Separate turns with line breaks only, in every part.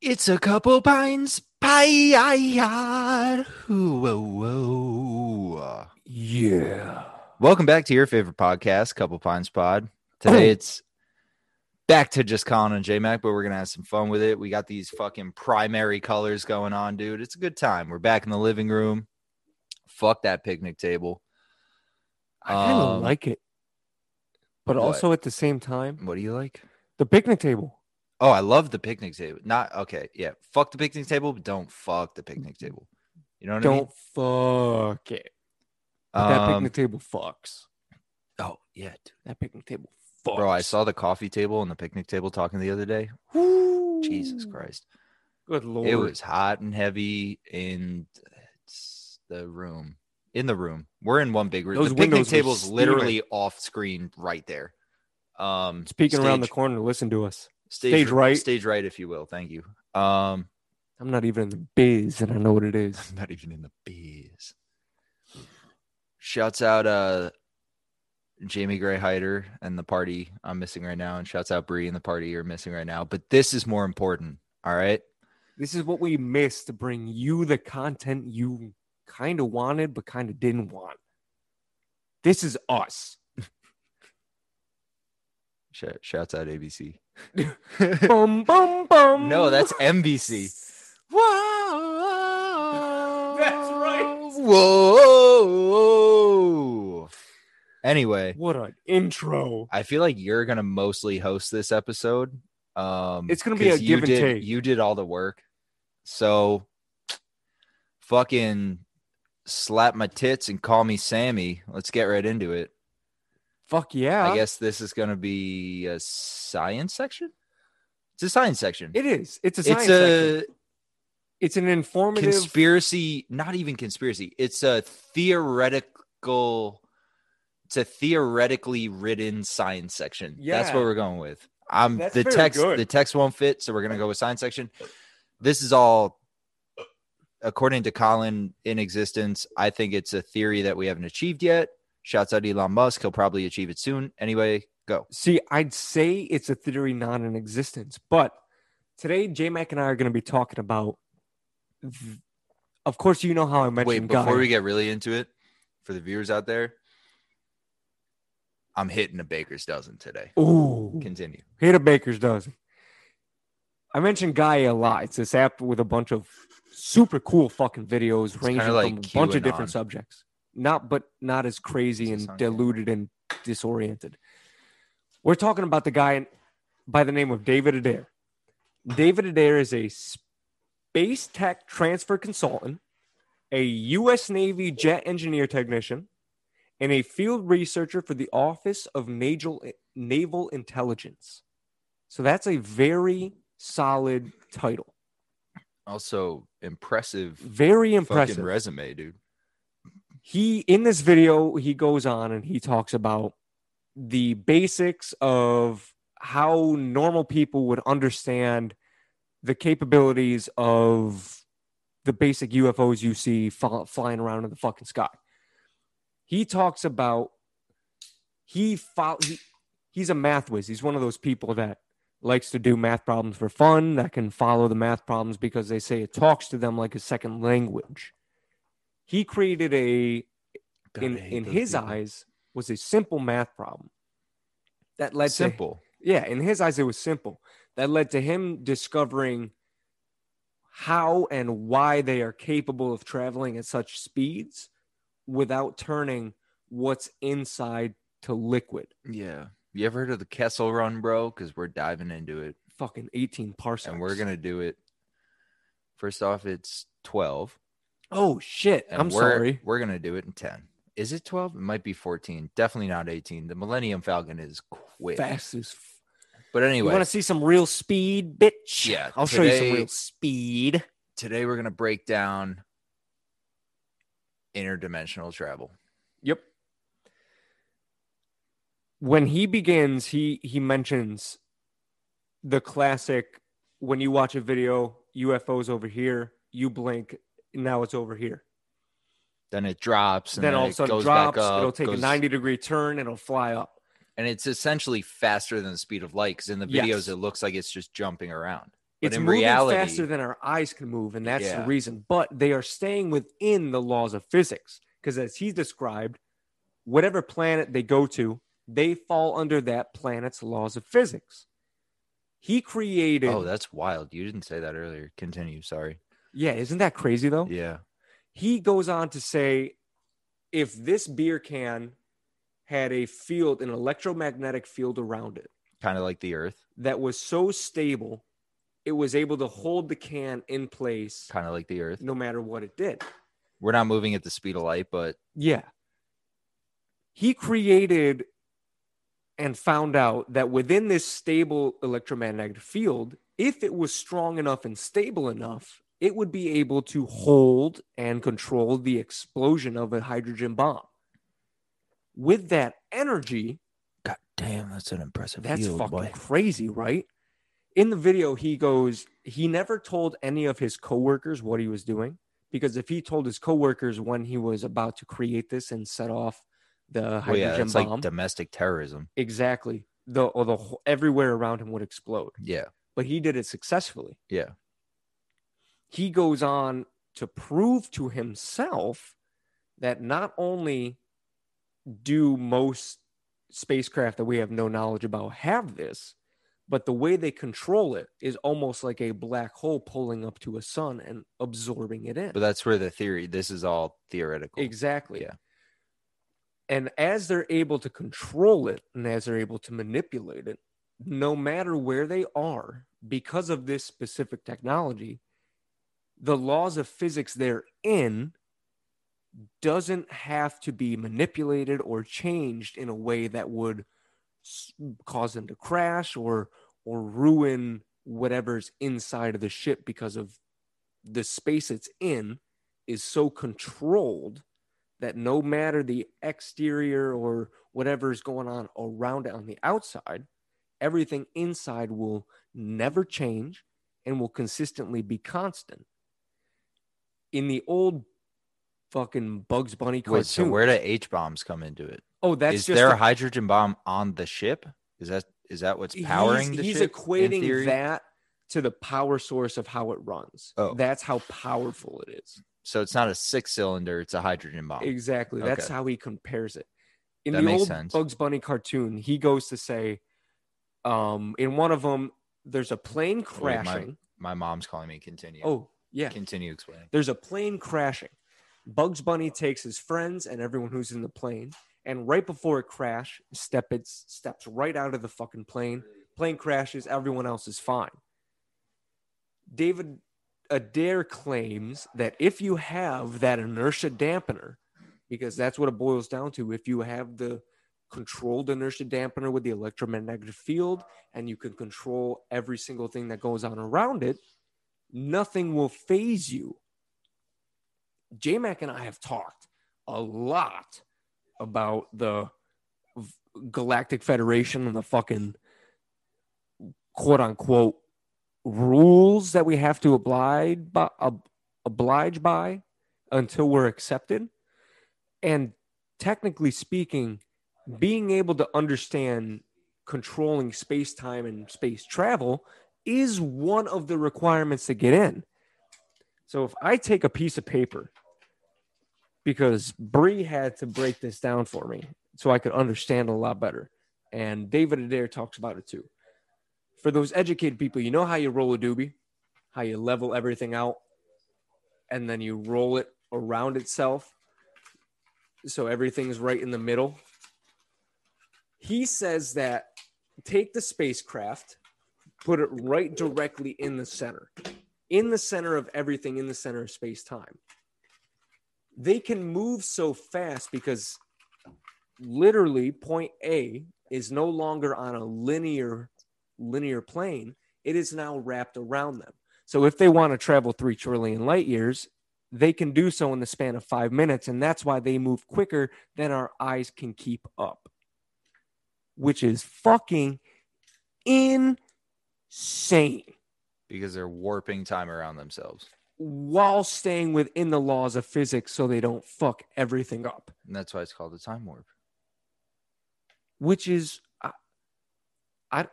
It's a couple pints. Pie. Whoa, whoa.
Yeah.
Welcome back to your favorite podcast, Couple Pines Pod. Today it's back to just Colin and J Mac, but we're gonna have some fun with it. We got these fucking primary colors going on, dude. It's a good time. We're back in the living room. Fuck that picnic table.
I kind of
Um,
like it. But
what?
also at the same time,
What do you like?
the picnic table.
Oh, I love the picnic table. Not okay. Yeah, fuck the picnic table, but don't fuck the picnic table. You know what
Don't fuck it. But
I mean?
that
Um,
picnic table fucks.
Oh yeah, dude.
That picnic table fucks.
bro. I saw the coffee table and the picnic table talking the other day. Jesus
Woo.
Christ,
Good lord.
it was hot and heavy in it's the room. In the room, we're in one big room.
Those
the picnic
windows were
table's
steaming.
literally off screen right there. Um,
Speaking around the
stage-
corner, listen to us.
stage,
stage right.
stage right, if you will. Thank you. Um,
I'm not even in the biz and I know what it is.
I'm not even in the bees. Shouts out uh Jamie Gray Hyder and the party I'm missing right now, and shouts out Bree and the party you're missing right now. But this is more important. All right.
This is what we missed to bring you the content you kind of wanted but kind of didn't want. This is us.
Sh- shouts out ABC.
bum bum bum.
no, that's NBC. Whoa.
That's right.
Whoa. Anyway,
what an intro.
I feel like you're gonna mostly host this episode. Um,
It's gonna be a
'cause you
give and
did-
take.
You did all the work, so fucking slap my tits and call me Sammy. Let's get right into it.
Fuck yeah.
I guess this is gonna be a science section. It's a science section.
it is. It's a science
it's
section.
a
It's an informative
conspiracy. Not even conspiracy. It's a theoretical. It's a theoretically written science section. That's what
Yeah.
we're going with. I'm
That's
the
very
text
good.
the text won't fit, so we're gonna go with science section. This is all according to Colin in existence. I think it's a theory that we haven't achieved yet. Shouts out Elon Musk, he'll probably achieve it soon. Anyway, go.
See, I'd say it's a theory not in existence, but today J Mac and I are going to be talking about. th- Of course, you know how I mentioned
Wait, before
Gaia.
we get really into it, for the viewers out there, I'm hitting a baker's dozen today.
Ooh,
Continue.
hit a baker's dozen. I mentioned Gaia a lot. It's this app with a bunch of super cool fucking videos,
kinda
ranging
like
from a bunch of different
QAnon.
subjects. Not, but not as crazy
Does it
and
sound good?
diluted and disoriented. We're talking about the guy by the name of David Adair. David Adair is a space tech transfer consultant, a U.S. Navy jet engineer technician, and a field researcher for the Office of Naval, Naval Intelligence. So that's a very solid title.
Also, impressive,
Very
fucking
impressive.
resume, dude.
he in this video he goes on and he talks about the basics of how normal people would understand the capabilities of the basic UFOs you see fl- flying around in the fucking sky. He talks about he, fo- he he's a math whiz. He's one of those people that likes to do math problems for fun, that can follow the math problems because they say it talks to them like a second language. He created a
God,
in
I hate
in
those
his
people.
eyes was a simple math problem that led to
simple.
yeah, in his eyes, it was simple. That led to him discovering how and why they are capable of traveling at such speeds without turning what's inside to liquid.
yeah. You ever heard of the Kessel Run, bro? Because we're diving into it,
Fucking 18 parsecs.
and we're gonna do it. First off, it's twelve.
Oh, shit.
and
I'm
we're-
sorry.
We're gonna do it in ten. Is it twelve? It might be fourteen. Definitely not eighteen. The Millennium Falcon is quick.
Fast as. F-
But
You
anyway,
want to see some real speed, bitch?
Yeah,
I'll show you
today-
some real speed.
today we're gonna break down interdimensional travel.
Yep. When he begins, he he mentions the classic when you watch a video, UFOs over here, you blink, now it's over here.
Then it drops. And
then all
it
of a sudden
goes
it drops,
Back up,
it'll take
goes-
a 90 degree turn, it'll fly up.
and it's essentially faster than the speed of light. Because in the videos,
Yes.
it looks like it's just jumping around. But
it's
in
moving
reality-
faster than our eyes can move, and that's
Yeah.
the reason. But they are staying within the laws of physics because, as he described, whatever planet they go to, they fall under that planet's laws of physics. He created.
Oh, that's wild. You didn't say that earlier. Continue. Sorry.
yeah, isn't that crazy though?
Yeah.
he goes on to say if this beer can had a field an electromagnetic field around it
Kind of like the earth,
that was so stable it was able to hold the can in place
kind of like the earth.
no matter what it did
We're not moving at the speed of light, but
yeah he created and found out that within this stable electromagnetic field if it was strong enough and stable enough it would be able to hold and control the explosion of a hydrogen bomb with that energy
God damn, that's an impressive
that's
field,
fucking
boy.
crazy right in the video he goes he never told any of his coworkers what he was doing because if he told his coworkers when he was about to create this and set off the
Well,
hydrogen
yeah, it's
bomb
like domestic terrorism.
exactly the or the wh- everywhere around him would explode
Yeah.
but he did it successfully
Yeah.
he goes on to prove to himself that not only do most spacecraft that we have no knowledge about have this, but the way they control it is almost like a black hole pulling up to a sun and absorbing it in.
But that's where the theory, this is all theoretical.
exactly.
Yeah.
And as they're able to control it and as they're able to manipulate it, no matter where they are, because of this specific technology, the laws of physics they're in doesn't have to be manipulated or changed in a way that would s- cause them to crash or or ruin whatever's inside of the ship because of the space it's in is so controlled that no matter the exterior or whatever is going on around it on the outside, everything inside will never change and will consistently be constant. In the old fucking Bugs Bunny cartoon,
Wait, so where do H bombs come into it?
oh,
Is
that's just
there
a-
a hydrogen bomb on the ship? Is that is that what's powering
he's,
the
he's
ship? in
equating
theory?
that to the power source of how it runs.
Oh.
That's how powerful it is.
So it's not a six cylinder, it's a hydrogen bomb.
Exactly. That's
Okay.
how he compares it. In
That
the
makes
old
sense.
Bugs Bunny cartoon, he goes to say, um, in one of them, there's a plane
wait, my-
crashing.
My mom's calling me. Continue.
Oh, yeah.
continue explaining.
There's a plane crashing. Bugs Bunny takes his friends and everyone who's in the plane, and right before it crash, step it steps right out of the fucking plane. Plane crashes. Everyone else is fine. David Adair claims that if you have that inertia dampener, because that's what it boils down to, if you have the controlled inertia dampener with the electromagnetic field and you can control every single thing that goes on around it, nothing will phase you. J Mac and I have talked a lot about the v- Galactic Federation and the fucking quote unquote rules that we have to oblige by, ob- oblige by until we're accepted. And technically speaking, being able to understand controlling space time and space travel is one of the requirements to get in. So if I take a piece of paper, because Bree had to break this down for me so I could understand a lot better. And David Adair talks about it too. For those educated people, you know how you roll a doobie, how you level everything out, and then you roll it around itself. So everything's right in the middle. He says that take the spacecraft, put it right directly in the center, in the center of everything, in the center of space time. They can move so fast because literally point A is no longer on a linear linear plane. It is now wrapped around them. So if they want to travel 3 trillion light years, they can do so in the span of 5 minutes and that's why they move quicker than our eyes can keep up. Which is fucking insane
Because they're warping time around themselves.
while staying within the laws of physics so they don't fuck everything up,
And that's why it's called a time warp.
which is, I, I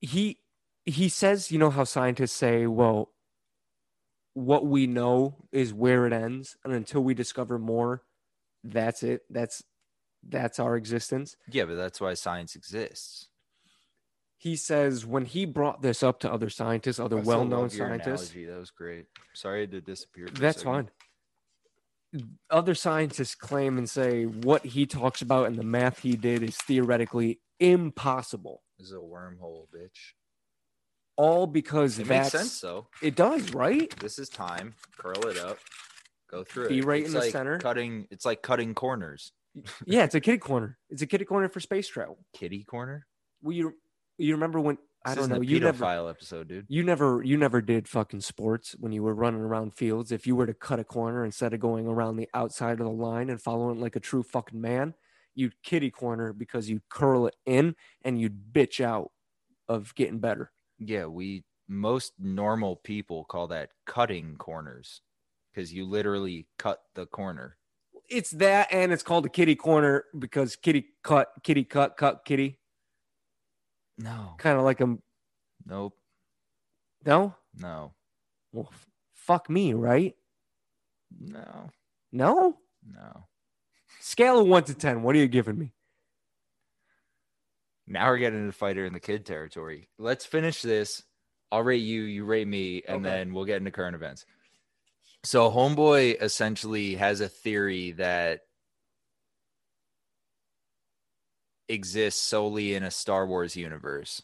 he he says, you know how scientists say, well, what we know is where it ends, and until we discover more, that's it. That's that's our existence.
Yeah, but that's why science exists.
He says when he brought this up to other scientists, other
I still
well-known
love your
scientists,
analogy. That was great. Sorry to disappear. for a
That's
second.
fine. Other scientists claim and say what he talks about and the math he did is theoretically impossible.
This is a wormhole, bitch.
All because
It makes
that's
sense though.
it does, right?
This is time. Curl it up. Go through
Be
it.
right
It's
in the
like
center.
Cutting. It's like cutting corners.
Yeah, it's a kitty corner. It's a kitty corner for space travel.
Kitty corner.
Well, you you remember when I
This
don't
isn't
know,
a
you never
pedophile episode, dude.
you never you never did fucking sports when you were running around fields. If you were to cut a corner instead of going around the outside of the line and following it like a true fucking man, you'd kitty corner because you'd curl it in and you'd bitch out of getting better.
Yeah, we most normal people call that cutting corners because you literally cut the corner.
It's that and it's called a kitty corner because kitty cut kitty cut cut kitty.
No,
Kind of like a
nope,
no?
no,
Well, f- fuck me, right?
no,
No?
no.
Scale of one to ten. What are you giving me?
Now we're getting into fighter and the kid territory. Let's finish this. I'll rate you, you rate me, and
Okay.
then we'll get into current events. So, Homeboy essentially has a theory that exists solely in a Star Wars universe.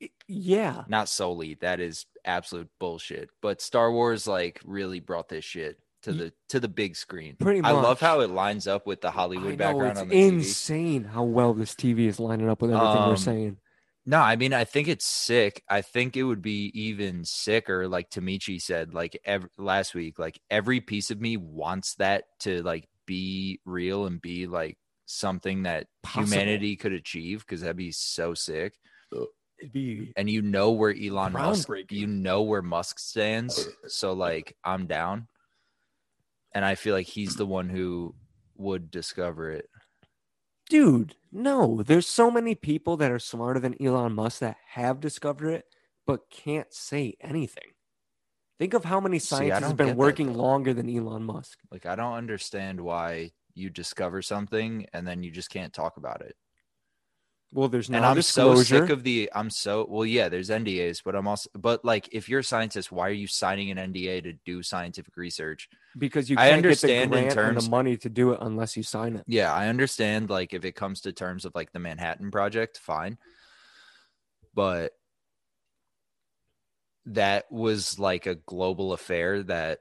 Y- Yeah.
not solely that is absolute bullshit but star wars like really brought this shit to
Ye-
the to the big screen
Pretty
i love
much.
how it lines up with the
I know,
hollywood background
it's
on the TV.
insane how well this TV is lining up with everything we're
Um,
saying.
no i mean i think it's sick i think it would be even sicker like tamichi said like ev- last week like every piece of me wants that to like be real and be like something that
Possible.
humanity could achieve because that'd be so sick
It'd be
and you know where Elon Musk,
Groundbreaking. Oh,
you know where Musk stands. So like, I'm down, and I feel like he's the one who would discover it.
dude. No, there's so many people that are smarter than Elon Musk that have discovered it but can't say anything. Think of how many
See, I
scientists
don't
have
get
been
that,
working
though.
longer than Elon Musk.
Like, I don't understand why you discover something and then you just can't talk about it.
Well, there's no
and I'm so
disclosure.
sick of the. I'm so well, yeah. There's NDAs, but I'm also, but like, if you're a scientist, why are you signing an NDA to do scientific research?
because you
I
can't
understand in
get the grant and
terms-
the money to do it unless you sign it.
Yeah, I understand. Like, if it comes to terms of like the Manhattan Project, fine. But that was like a global affair that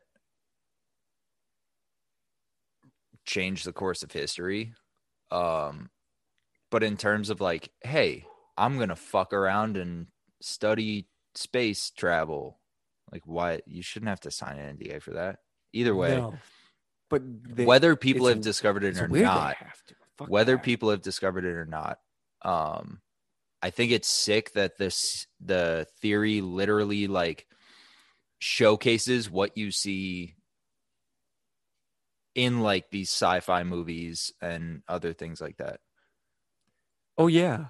changed the course of history. Um, but in terms of like, hey, I'm gonna fuck around and study space travel. Like, why you shouldn't have to sign an NDA for that. Either way,
No. But they,
whether people
it's-
have discovered it
it's
or
weird they
not,
have to. Fuck
whether
that.
people have discovered it or not um i think it's sick that this the theory literally like showcases what you see in like these sci-fi movies and other things like that
Oh yeah,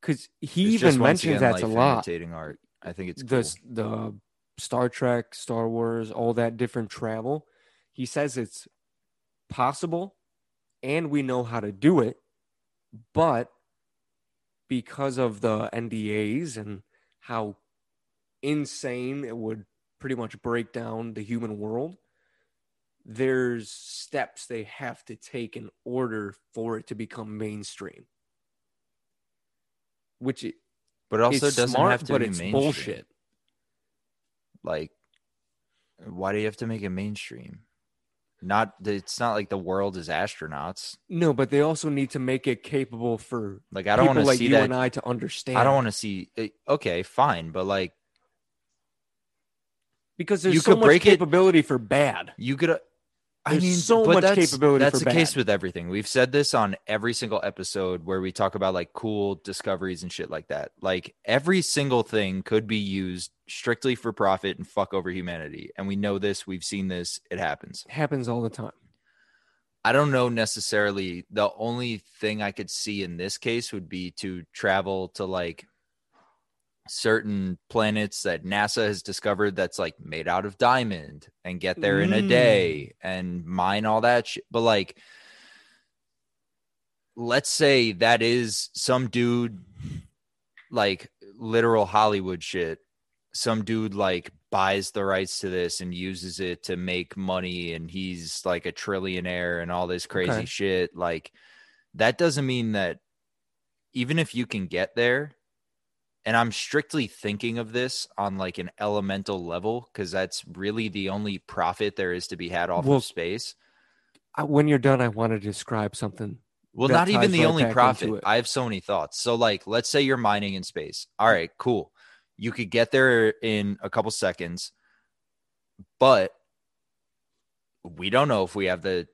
because he
It's just
even
once
mentions
again,
that's a
life
lot.
imitating art i think it's
the
cool.
s- the Star Trek, Star Wars, all that different travel. He says it's possible, and we know how to do it, but because of the NDAs and how insane it would pretty much break down the human world. There's steps they have to take in order for it to become mainstream, which it,
but it also
it's
doesn't
smart,
have to
but
be
it's
mainstream.
bullshit.
like why do you have to make it mainstream not it's not like the world is astronauts
No, but they also need to make it capable for
like i don't
people
want to
like
see
you
that
and I to understand.
I don't want to see. eh, Okay, fine, but like
because there's
you
so
could
much
break it-
capability for bad.
you could. uh, I
There's
mean,
so
but
much
that's,
capability
That's
for
the case
bad.
with everything. We've said this on every single episode where we talk about like cool discoveries and shit like that. Like every single thing could be used strictly for profit and fuck over humanity, and we know this. We've seen this. It happens.
It happens all the time.
I don't know necessarily. The only thing I could see in this case would be to travel to like certain planets that NASA has discovered that's like made out of diamond and get there in a
Mm.
day and mine all that shit. But like, let's say that is some dude, like literal Hollywood shit. Some dude like buys the rights to this and uses it to make money, and he's like a trillionaire and all this crazy
Okay.
shit. Like, that doesn't mean that even if you can get there and i'm strictly thinking of this on like an elemental level because that's really the only profit there is to be had off
Well,
of space
I, when you're done, I want to describe something.
well
that
not even
ties
the
right
only
back into
profit
it.
i have so many thoughts so like let's say you're mining in space all right cool you could get there in a couple seconds but we don't know if we have the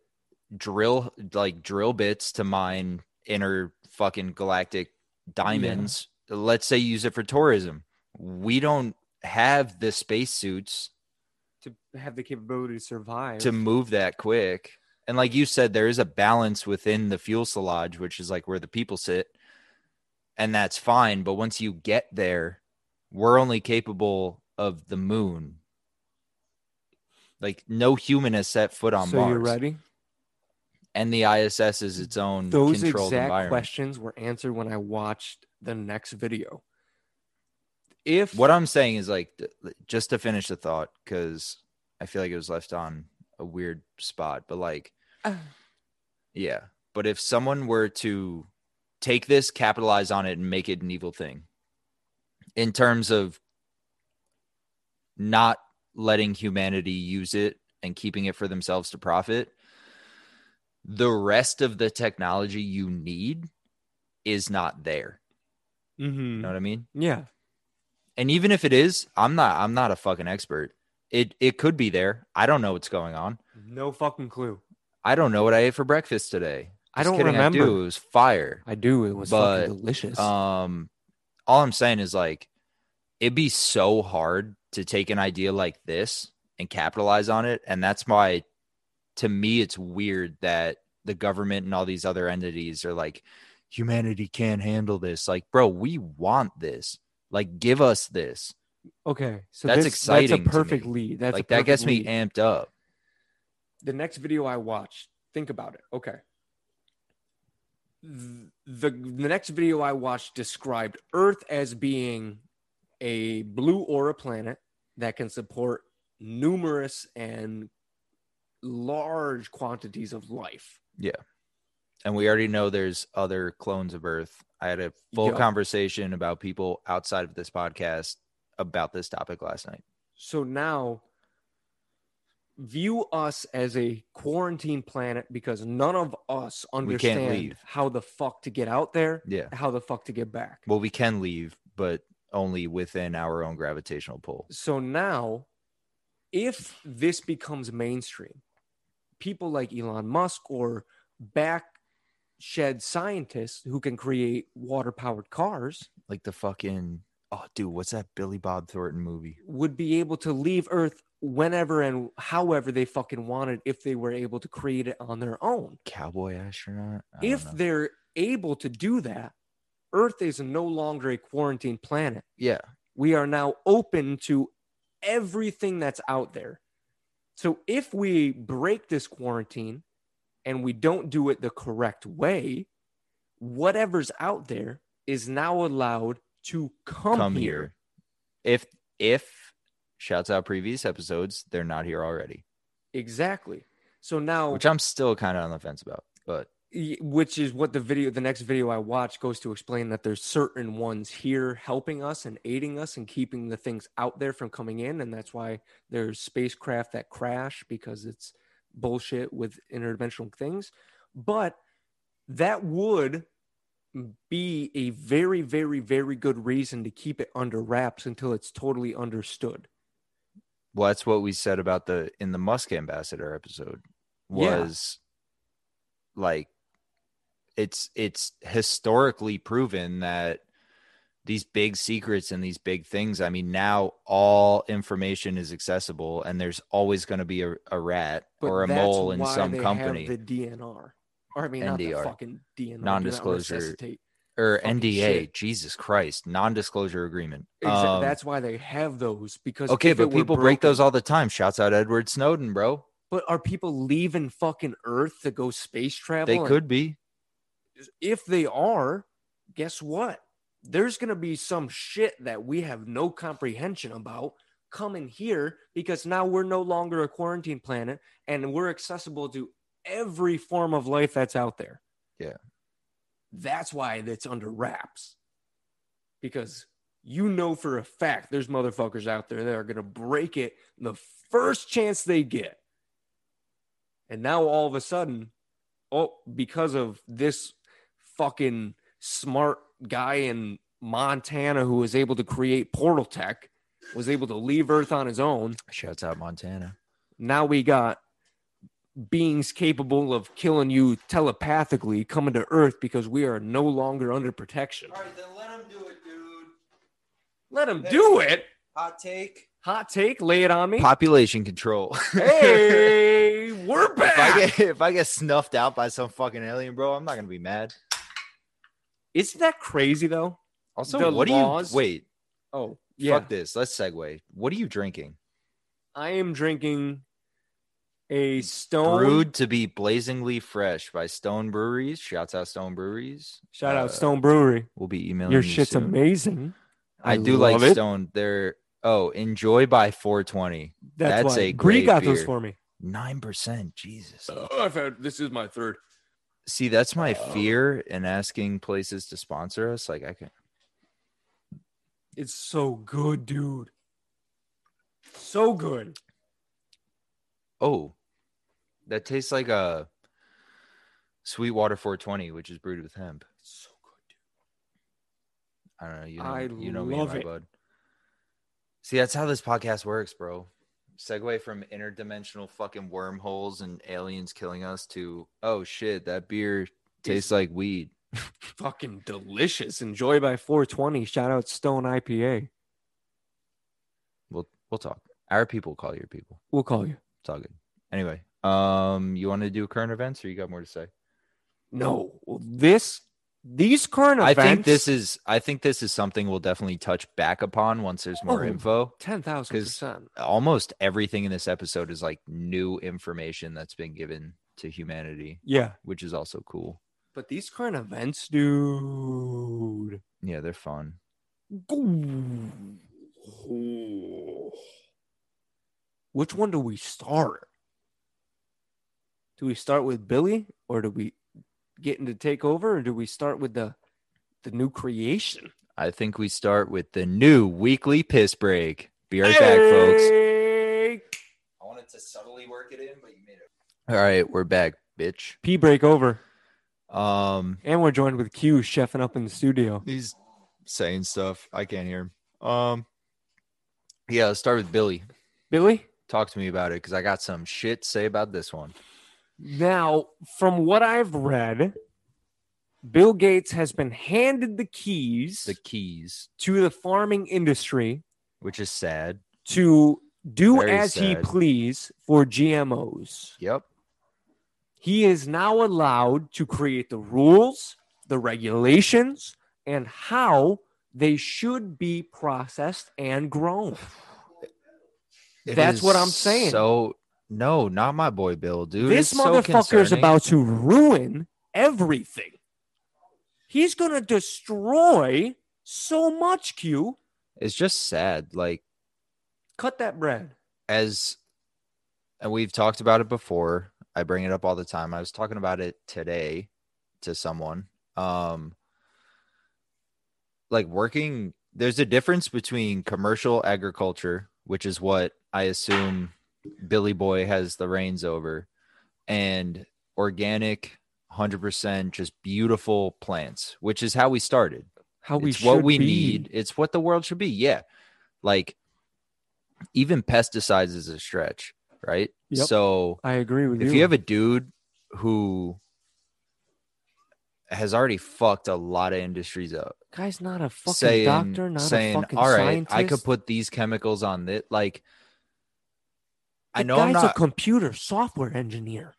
drill like drill bits to mine inner fucking galactic diamonds. Let's say you use it for tourism. We don't have the spacesuits
To have the capability to survive.
to move that quick. And like you said, there is a balance within the fuselage, which is like where the people sit, and that's fine. But once you get there, we're only capable of the moon. Like no human has set foot on
so
Mars,
you're ready?
and the ISS is its own
Those
controlled
exact
environment.
questions were answered when I watched the next video. If
What I'm saying is like th- th- just to finish the thought because I feel like it was left on a weird spot, but like yeah. But if someone were to take this, capitalize on it, and make it an evil thing, in terms of not letting humanity use it and keeping it for themselves to profit, the rest of the technology you need is not there. You
Mhm.
know what I mean?
yeah,
and even if it is i'm not i'm not a fucking expert it it could be there i don't know what's going on
no fucking clue.
i don't know what i ate for breakfast today
I
Just
don't
kidding,
remember.
i do it was fire
I do. It was
But,
fucking delicious.
um all i'm saying is like it'd be so hard to take an idea like this and capitalize on it and that's why to me it's weird that the government and all these other entities are like humanity can't handle this like bro we want this like give us this
okay, so
that's
this-
exciting to
That's a perfect
me.
lead. That's a
like that gets
perfect
me
lead.
amped up
the next video I watched, think about it. Okay. Th- The, the next video I watched described Earth as being a blue aura planet that can support numerous and large quantities of life.
and we already know there's other clones of Earth. I had a full
Yeah.
conversation about people outside of this podcast about this topic last night.
So now view us as a quarantine planet because none of us
can't
understand
leave.
how the fuck to get out there,
Yeah.
how the fuck to get back.
Well, we can leave, but only within our own gravitational pull.
So now, if this becomes mainstream, people like Elon Musk or back shed scientists who can create water powered cars
Like the fucking oh, dude, what's that Billy Bob Thornton movie?
would be able to leave Earth whenever and however they fucking wanted if they were able to create it on their own.
Cowboy astronaut. I don't
If
know.
they're able to do that, Earth is no longer a quarantine planet.
yeah,
we are now open to everything that's out there. So if we break this quarantine and we don't do it the correct way, whatever's out there is now allowed to come,
come, here.
here.
If if shouts out previous episodes, they're not here already,
Exactly. So now
which I'm still kind of on the fence about. But
y- which is what the video the next video i watch goes to explain that there's certain ones here helping us and aiding us and keeping the things out there from coming in and that's why there's spacecraft that crash because it's bullshit with interdimensional things but that would be a very very very good reason to keep it under wraps until it's totally understood
well that's what we said about the in the musk ambassador episode
Yeah.
was like it's it's historically proven that these big secrets and these big things i mean now all information is accessible and there's always going to be a, a rat
but
or a
that's
mole in
why
some
they have
company
the dnr or i mean not the
NDR.
fucking dnr do not
Non-disclosure
resuscitate.
or
Fucking
NDA.
shit.
Jesus Christ, non-disclosure agreement.
Exa-
Um,
that's why they have those because
okay,
if it
but
were
people break
broken-
those all the time. Shouts out Edward Snowden, bro.
But are people leaving fucking Earth to go space travel?
They
And
could be.
If they are, guess what? There's going to be some shit that we have no comprehension about coming here because now we're no longer a quarantine planet and we're accessible to every form of life that's out there.
Yeah.
That's why it's under wraps because you know for a fact there's motherfuckers out there that are going to break it the first chance they get. And now all of a sudden, oh, because of this fucking smart guy in Montana who was able to create portal tech, was able to leave Earth on his own.
Shouts out Montana.
Now we got beings capable of killing you telepathically coming to Earth because we are no longer under protection.
right, then let them do it, dude.
Let them do it.
Hot take.
Hot take, lay it on me.
Population control.
Hey, we're
if I
back.
get if I get snuffed out by some fucking alien, bro, I'm not gonna be mad.
Isn't that crazy though?
Also,
The
what
laws-
do you wait?
Oh, yeah.
Fuck this. Let's segue. What are you drinking?
I am drinking a stone.
Brewed to be blazingly fresh by Stone Breweries. Shouts out Stone Breweries.
Shout out
Uh,
Stone Brewery.
We'll be emailing
Your
you
shit's
soon.
amazing.
I,
I
do like
love it.
Stone. They're oh, enjoy by 420.
That's,
That's
why.
a
Bree
great
got those
beer.
for me.
Nine percent. Jesus.
oh, I've had this is my third.
See, that's my
Oh.
fear in asking places to sponsor us. Like I can
It's so good, dude. So good.
oh. That tastes like a Sweetwater 420, which is brewed with hemp.
So good,
I don't know. You know,
I
you know me, and
love
my
it.
bud. See, that's how this podcast works, bro. Segue from interdimensional fucking wormholes and aliens killing us to oh shit, that beer tastes like weed.
dude. Fucking delicious. Enjoy by 420. Shout out Stone IPA.
We'll we'll talk. Our people call your people.
We'll call you.
It's all good. Anyway, um, you want to do current events, or you got more to say?
No, this these current
I
events.
think this is. I think this is something we'll definitely touch back upon once there's more
Oh.
info.
ten thousand percent.
Almost everything in this episode is like new information that's been given to humanity,
Yeah,
which is also cool.
but these current events, dude.
Yeah, they're fun.
Which one do we start? Do we start with Billy or do we get into takeover or do we start with the the new creation?
I think we start with the new weekly piss break. Be right back, folks.
folks.
I wanted to subtly work it in, but you made it. All right, we're back, bitch.
P break over.
Um,
And we're joined with Q chefing up in the studio.
he's saying stuff. I can't hear him. Um, yeah, let's start with Billy.
Billy?
Talk to me about it because I got some shit to say about this one.
Now, from what I've read, Bill Gates has been handed the keys
The keys,
to the farming industry
which is sad.
to do
Very
as he
sad.
please for GMOs.
Yep.
He is now allowed to create the rules, the regulations, and how they should be processed and grown. That's
is
what I'm saying.
So no, not my boy Bill, dude.
this
It's so
motherfucker is
concerning.
about to ruin everything. He's going to destroy so much, Q.
It's just sad. Like
Cut that bread.
as and we've talked about it before i bring it up all the time i was talking about it today to someone um like working there's a difference between commercial agriculture which is what i assume billy boy has the reins over and organic 100% just beautiful plants which is how we started
How we
it's what
should
we
be.
need. It's what the world should be. Yeah. Like even pesticides is a stretch, right?
Yep.
So
I agree with
if you have a dude who has already fucked a lot of industries up,
guy's not a fucking
saying,
doctor, not
saying,
a fucking
all right,
scientist.
I could put these chemicals on it. Like, I
The
know
guy's
I'm not,
a computer software engineer.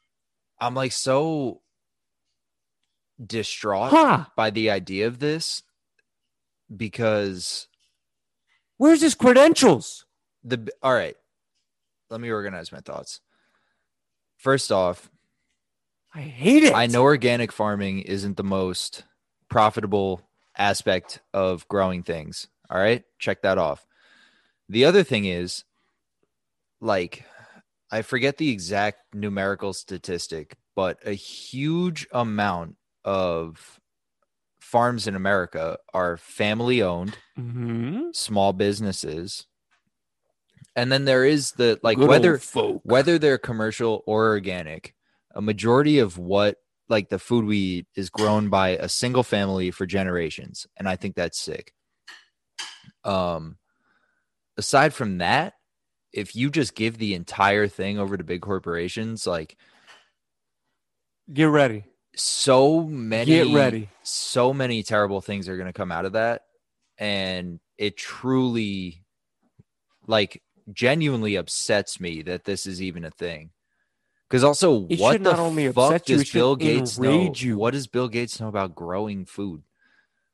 I'm like so distraught
Ha!
by the idea of this because
Where's his credentials?
the all right. Let me organize my thoughts. First off,
I hate it.
I know organic farming isn't the most profitable aspect of growing things. All right, check that off. The other thing is, like, I forget the exact numerical statistic, but a huge amount of farms in America are family owned,
Mhm.
small businesses. And then there is the like
Good
whether
old folk.
whether they're commercial or organic, a majority of what like the food we eat is grown by a single family for generations, and I think that's sick. Um, aside from that, if you just give the entire thing over to big corporations, like
get ready,
so many,
get ready.
so many terrible things are going to come out of that, and it truly, like, genuinely upsets me that this is even a thing. Because also,
It
what
should
the
not only
fuck
upset you,
does
it should
Bill Gates know?
enrage you.
What does Bill Gates know about growing food?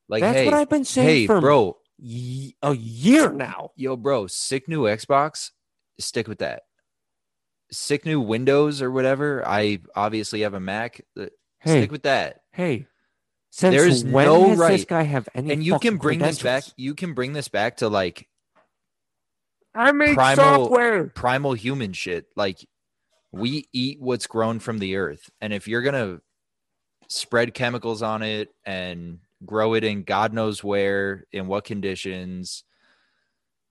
Like,
That's
hey,
what I've been saying
hey,
for
bro,
ye- a year now.
yo, bro, sick new Xbox. Stick with that. Sick new Windows or whatever. I obviously have a Mac. uh,
Hey,
Stick with that.
hey. Since
There is
when
no
has this
right-
guy have any?
and you can
fucking
bring this back
credentials?
you can bring this back to like
I made
primal-
software.
primal human shit like we eat what's grown from the earth and if you're gonna spread chemicals on it and grow it in god knows where in what conditions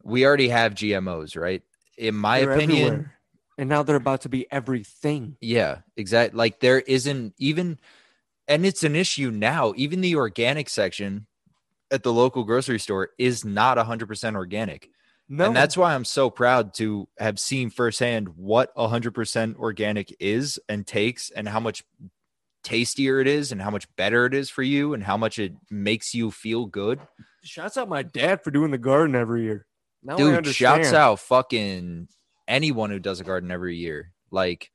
we already have gmos right in my
They're
opinion
everywhere. and now they're about to be everything.
Yeah, exactly. Like there isn't even, and it's an issue now. Even the organic section at the local grocery store is not 100% organic.
No,
And that's why I'm so proud to have seen firsthand what 100% organic is and takes and how much tastier it is and how much better it is for you and how much it makes you feel good.
shouts out my dad for doing the garden every year. Now I
Dude,
understand.
shouts out fucking anyone who does a garden every year. Like,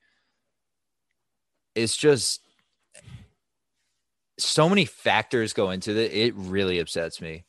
it's just so many factors go into it. It really upsets me.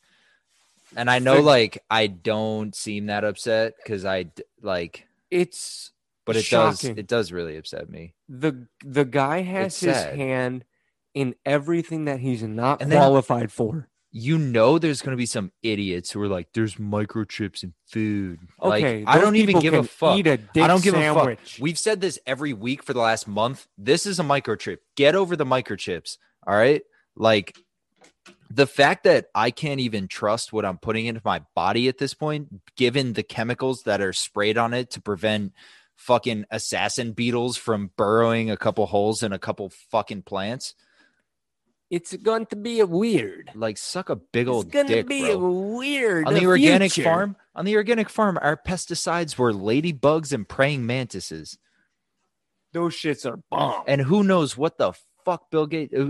And I know,
Fig-
like, I don't seem that upset because I d- like,
It's
but it
Shocking.
does, it does really upset me.
the the guy has
It's
his
sad.
hand in everything that he's not
And then-
qualified for.
You know, there's going to be some idiots who are like, there's microchips in food.
Okay,
like, I
those
don't even
people
give a
can
fuck.
Eat a dick
I don't give a
sandwich.
fuck. We've said this every week for the last month. This is a microchip. Get over the microchips. All right. Like the fact that I can't even trust what I'm putting into my body at this point, given the chemicals that are sprayed on it to prevent fucking assassin beetles from burrowing a couple holes in a couple fucking plants.
It's going to be a weird.
Like suck a big
It's
old
going to
dick,
be
bro.
a weird.
on the organic
future.
farm, on the organic farm, our pesticides were ladybugs and praying mantises.
those shits are bomb.
and who knows what the fuck Bill Gates. uh,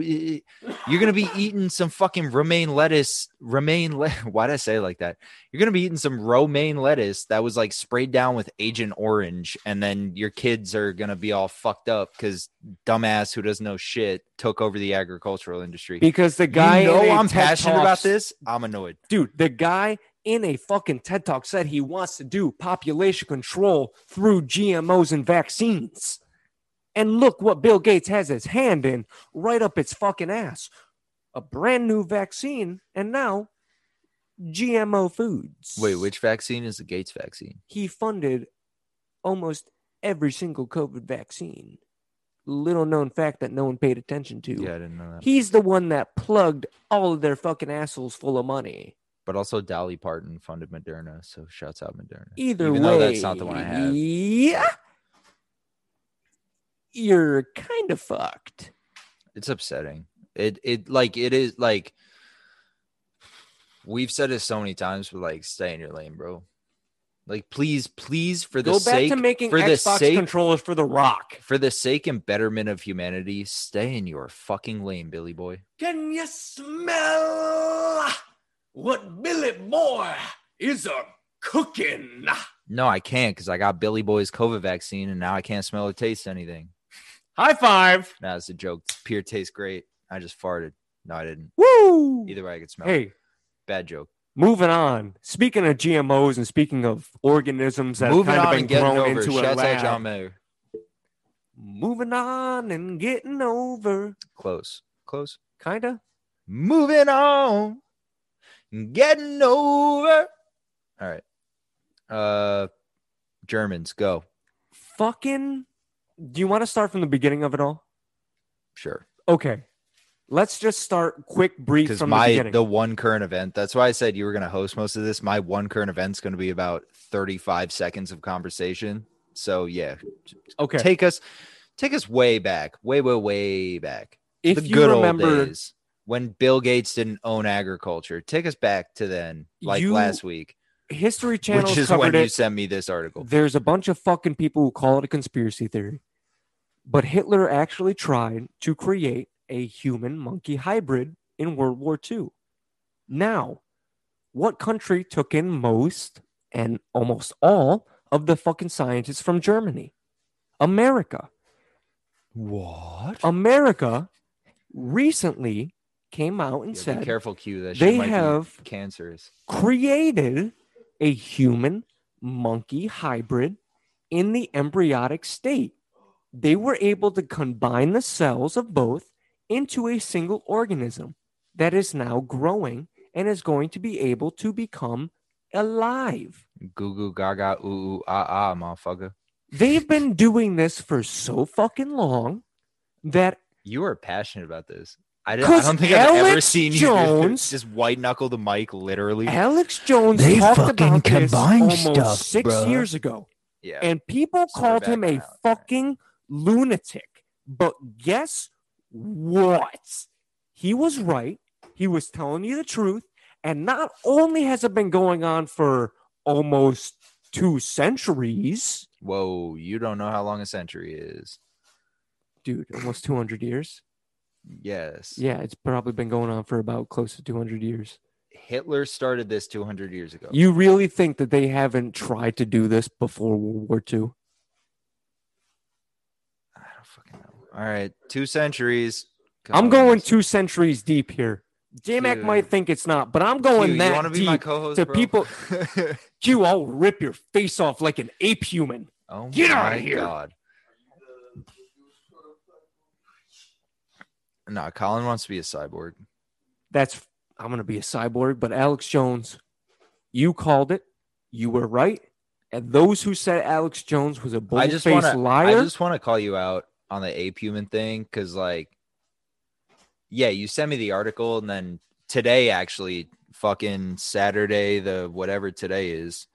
You're gonna be eating some fucking romaine lettuce. Romaine. Le- Why did I say it like that? You're gonna be eating some romaine lettuce that was like sprayed down with Agent Orange, and then your kids are gonna be all fucked up because dumbass who doesn't know shit took over the agricultural industry.
because the guy
you know
in a
I'm
TED
passionate about
Talks-
this. I'm annoyed.
dude. The guy in a fucking TED talk said he wants to do population control through GMOs and vaccines. And look what Bill Gates has his hand in right up its fucking ass. A brand new vaccine and now GMO foods.
Wait, which vaccine is the Gates vaccine?
he funded almost every single COVID vaccine. Little known fact that no one paid attention to.
Yeah, I didn't know that.
He's the one that plugged all of their fucking assholes full of money.
But also, Dolly Parton funded Moderna, so shouts out Moderna.
Either
Even
way,
though that's not the one I have.
Yeah, you're kind of fucked.
it's upsetting it it like it is like we've said it so many times but like stay in your lane bro like please please for the
Go back
sake
to making
for the
Xbox
sake-
controllers for The Rock.
for the sake and betterment of humanity stay in your fucking lane billy boy
Can you smell what Billy Boy is a cooking?
no i can't because i got billy boy's covid vaccine and now i can't smell or taste anything
High five.
now it's a joke It's pure tastes great I just farted. No, I didn't.
Woo!
Either way, I could smell. it.
Hey,
Bad joke.
moving on. Speaking of GMOs and speaking of organisms that have
Moving
kind of
on
been
and getting
grown
over.
into a
Shouts out
lab.
John Mayer.
Moving on and getting over.
Close. Close.
Kinda.
Moving on. and Getting over. All right. Uh Germans, go.
Fucking. Do you want to start from the beginning of it all?
Sure.
Okay. Let's just start quick, brief
Because
from
my
the
the,
beginning.
one current event, that's why I said you were gonna host most of this. My one current event's gonna be about 35 seconds of conversation. So yeah.
okay.
Take us take us way back. Way, way, way back.
if
the
you
good
remember,
old days when Bill Gates didn't own agriculture. Take us back to then, like
You-
last week,
History Channel
which is
covered
when
it.
you sent me this article.
There's a bunch of fucking people who call it a conspiracy theory. But Hitler actually tried to create a human monkey hybrid in World War II. Now, what country took in most and almost all of the fucking scientists from Germany? America.
What?
America recently came out and
be
said
careful, Q. That
they
shit might
have
be cancerous.
created a human monkey hybrid in the embryonic state. They were able to combine the cells of both into a single organism that is now growing and is going to be able to become alive.
Goo goo gaga ooh ooh ah ah, motherfucker.
They've been doing this for so fucking long that
You are passionate about this. I, don't- I
'Cause
don't think I've ever
Alex
seen you do
Jones-
this. just white knuckle the mic, literally.
Alex Jones
They
talked
fucking
about this
combine
almost
stuff,
six
bruh.
years ago.
yeah,
and people
So we're
called him a
backing out.
fucking lunatic. But guess what? He was right. He was telling you the truth. And not only has it been going on for almost two centuries,
whoa, you don't know how long a century is.
dude, almost 200 years.
Yes,
Yeah, it's probably been going on for about close to 200 years.
Hitler started this 200 years ago.
You really think that they haven't tried to do this before World War II?
I don't fucking know. All right, two centuries.
I'm
God,
going
that's-
two centuries deep here. J Mac
Dude.
might think it's not, but I'm going
Q, you
that
wanna be
deep.
my co-host
to
bro?
people- Q, I'll rip your face off like an ape human.
oh
Get
my
outta here.
god nah colin wants to be a cyborg
That's I'm gonna be a cyborg, but Alex Jones, you called it. You were right. And those who said Alex Jones was a
i
bullface
just want to i
liar,
just want to call you out on the ape human thing because like yeah you sent me the article and then today actually fucking saturday the whatever today is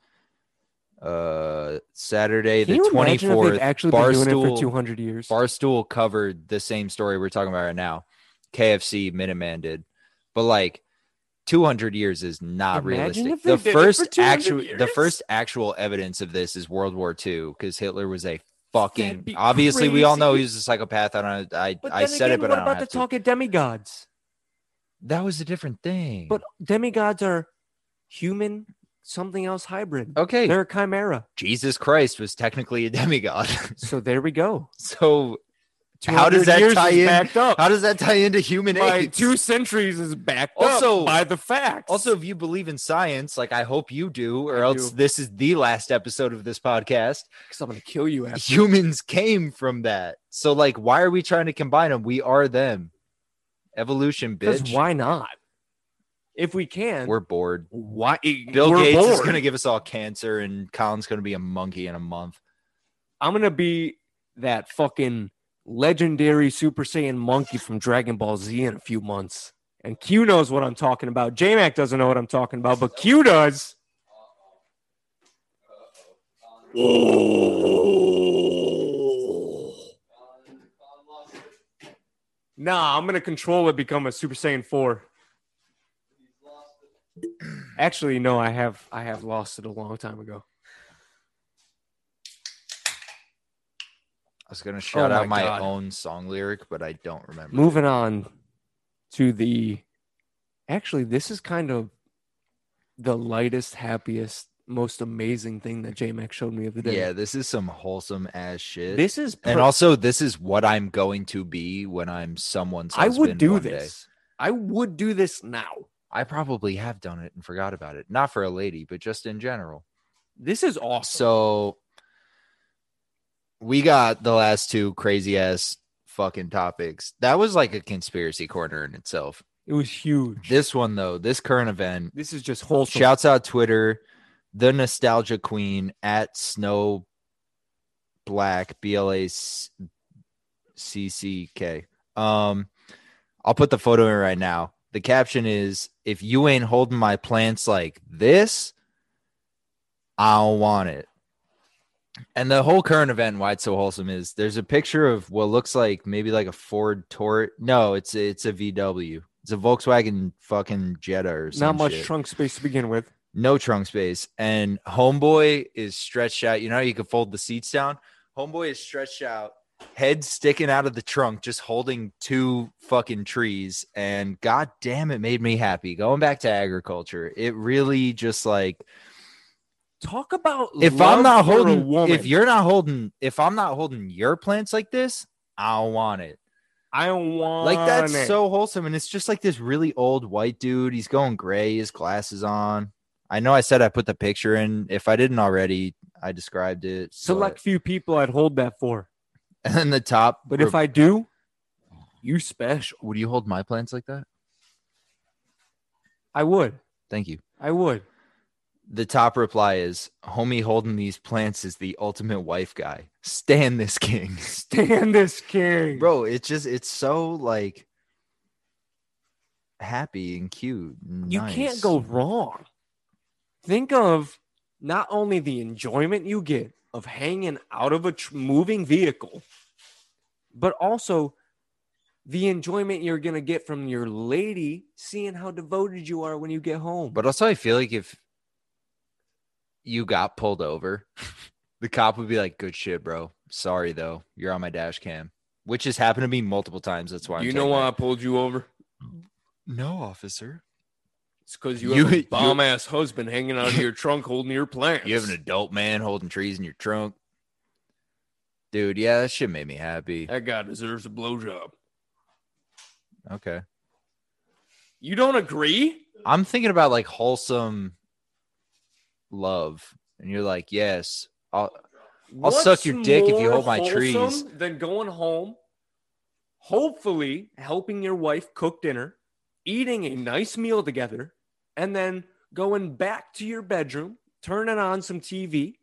uh saturday the
can you imagine if
24th
they've actually been doing it for
Barstool-
200 years?
Barstool covered the same story we're talking about right now. KFC Minuteman did, but like 200 years is not
Imagine
realistic.
if they
The
did it for
first
200
actual, the
years.
first actual evidence of this is World War II because Hitler was a fucking.
be
Obviously, we all know
crazy.
he was a psychopath. I don't. I
but
I
then
said
again,
it, but
what
I don't
about the
have to.
talk of demigods?
That was a different thing.
But demigods are human, something else hybrid.
okay,
They're a chimera.
Jesus Christ was technically a demigod.
So there we go.
so How does
200
that
years
tie
is
in?
Backed up.
how does that tie into human
by
apes?
two centuries is backed
Also-
up by the facts.
Also, if you believe in science, like I hope you do, or
I
else
do.
this is the last episode of this podcast.
because I'm gonna kill you. After.
Humans came from that. So, like, why are we trying to combine them? We are them. Evolution,
Because
bitch.
why not? If we can,
We're bored.
why
Bill
we're
Gates is
bored.
going to give us all cancer, and Colin's going to be a monkey in a month.
I'm gonna be that fucking legendary Super Saiyan monkey from Dragon Ball Z in a few months. And Q knows what I'm talking about. J Mac doesn't know what I'm talking about, but Q does. Nah, I'm gonna control it, become a Super Saiyan 4. Actually, no, I have I have lost it a long time ago.
I was going to shout
Oh my
out my
God.
own song lyric, but I don't remember.
Moving on to the actually, this is kind of the lightest, happiest most amazing thing that J Mac showed me of the day.
Yeah, this is some wholesome ass shit.
this is
and
per-
also, this is what I'm going to be when I'm someone's.
I would
husband
do
one day.
this. I would do this now.
I probably have done it and forgot about it. Not for a lady, but just in general.
This is awesome.
So we got the last two crazy ass fucking topics. That was like a conspiracy corner in itself.
It was huge.
This one though, this current event
This is just wholesome.
Shouts out Twitter, the nostalgia queen at Snow Black B L A C C K. Um, I'll put the photo in right now. The caption is: "If you ain't holding my plants like this, I don't want it." And the whole current event, why it's so wholesome, is there's a picture of what looks like maybe like a Ford Torre. No, it's it's a VW. It's a Volkswagen fucking Jetta or
Not
some
much
shit
trunk space to begin with.
no trunk space, and homeboy is stretched out. You know, how you can fold the seats down. Homeboy is stretched out, head sticking out of the trunk, just holding two fucking trees. And god damn, it made me happy. Going back to agriculture, it really just like
Talk about
if
love
I'm not
for a
holding,
woman.
if you're not holding, if I'm not holding your plants like this, I don't want it.
I don't want
Like that's
it.
so wholesome, and it's just like this really old white dude. He's going gray, his glasses on. I know I said I put the picture in. If I didn't already, I described it.
select few people I'd hold that for.
but- and then the top.
But if I do, you special.
would you hold my plants like that?
I would.
Thank you.
I would.
The top reply is, "Homie holding these plants is the ultimate wife guy. Stand this king,
Stand this king.
bro." It's just it's so like happy and cute. and
you
nice.
can't go wrong. Think of not only the enjoyment you get of hanging out of a tr- moving vehicle, but also the enjoyment you're going to get from your lady seeing how devoted you are when you get home.
But also, I feel like if you got pulled over, the cop would be like, "Good shit, bro. Sorry though, you're on my dash cam," which has happened to me multiple times. That's why I'm saying that.
pulled you over?
No, officer.
It's because
you have a You- you-
ass husband hanging
out of
your trunk holding your plants.
You have an adult man holding trees in your trunk, dude. Yeah, that shit made me happy.
that guy deserves a blowjob.
Okay,
You don't agree?
I'm thinking about like wholesome love, and you're like, "Yes, I'll, I'll suck your dick if you
more
hold my trees.
wholesome Than going home, hopefully helping your wife cook dinner, eating a nice meal together, and then going back to your bedroom, turning on some TV,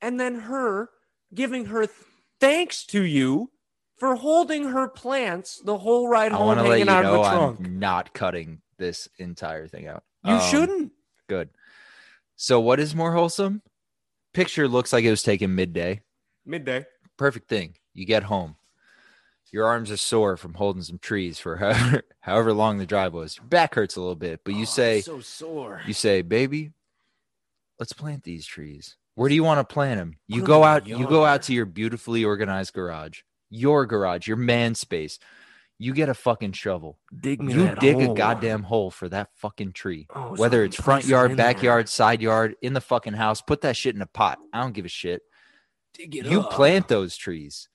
and then her giving her th- thanks to you for holding her plants the whole ride
I
home,
want to let you
hanging out
know
of the trunk.
I'm not cutting this entire thing out.
you
Um,
shouldn't.
Good. So, what is more wholesome? Picture looks like it was taken midday.
Midday.
Perfect thing. You get home. Your arms are sore from holding some trees for however, however long the drive was. Your back hurts a little bit, but you
Oh,
say,
so sore.
you say, baby, let's plant these trees. Where do you want to plant them? You
Put 'em
go
in
out,
the
you go
yard.
out to your beautifully organized garage, your garage, your man space. You get a fucking shovel.
dig me
You
that
dig a
hole.
goddamn hole for that fucking tree
Oh,
whether
something
it's front
pressing in
yard,
there.
backyard, side yard, in the fucking house, put that shit in a pot. I don't give a shit.
Dig it
you
up.
plant those trees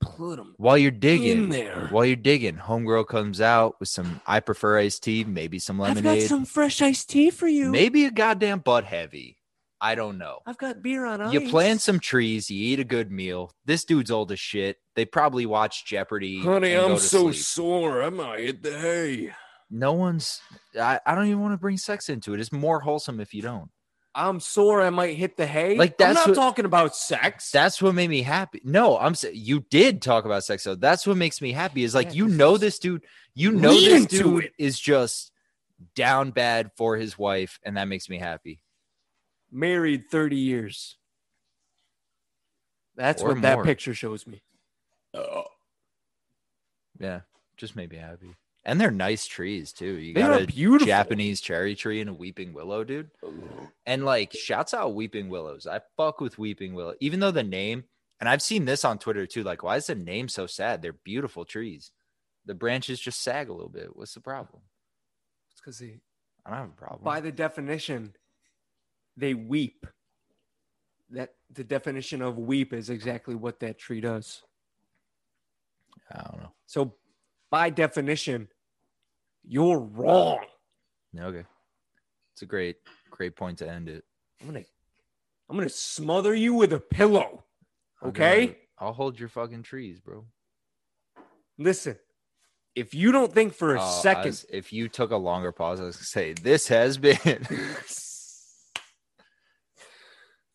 put them
while you're
in
digging.
there.
While you're digging, homegirl comes out with some I prefer iced tea, maybe some lemonade,
fresh iced tea for you.
maybe a goddamn butt heavy. I don't know.
I've got beer on
You plant some trees, you eat a good meal. This dude's old as shit. They probably watch Jeopardy.
Honey,
and go
I'm
to
so
sleep.
sore. I might hit the hay.
no one's. I, I don't even want to bring sex into it. It's more wholesome if you don't.
I'm sore. I might hit the hay.
Like,
I'm
that's
not
what-
talking about sex.
That's what made me happy. No, I'm saying you did talk about sex though. That's what makes me happy. Is like
Yeah,
you
'cause
know
it's
this dude, you know this
leading to
dude
it.
is just down bad for his wife, and that makes me happy.
Married 30 years. That's
Or
what that
more.
picture shows me. Uh,
Yeah, just made me happy. And they're nice trees too. You
They
got
are
a
beautiful.
Japanese cherry tree and a weeping willow, dude. And like, shouts out weeping willows. I fuck with weeping willow, even though the name. And I've seen this on Twitter too. Like, why is the name so sad? They're beautiful trees. The branches just sag a little bit. What's the problem?
It's because
I don't have a problem.
by the definition, they weep. That the definition of weep is exactly what that tree does.
I don't know.
So, by definition, you're wrong.
No, Okay. It's a great, great point to end it.
I'm gonna, I'm gonna smother you with a pillow.
I'll do
Okay.
it. I'll hold your fucking trees, bro.
Listen, if you don't think for a
Oh, I
second,
was- if you took a longer pause, I was gonna say this has been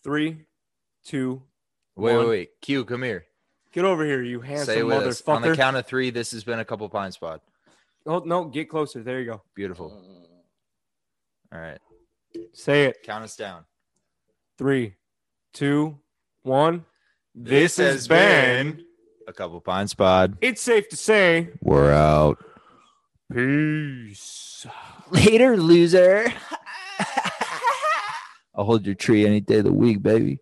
three, two,
Wait,
One.
wait, wait. Q, come here.
get over here, you handsome
Say it with us. On the
motherfucker.
count of three, this has been a couple pine spot.
oh no, get closer. There you go.
Beautiful. All right.
Say it.
Count us down.
Three, two, one. This,
This
has
has
been,
A couple pine spot.
It's safe to say.
We're out.
Peace.
Later, loser. I'll hold your tree any day of the week, baby.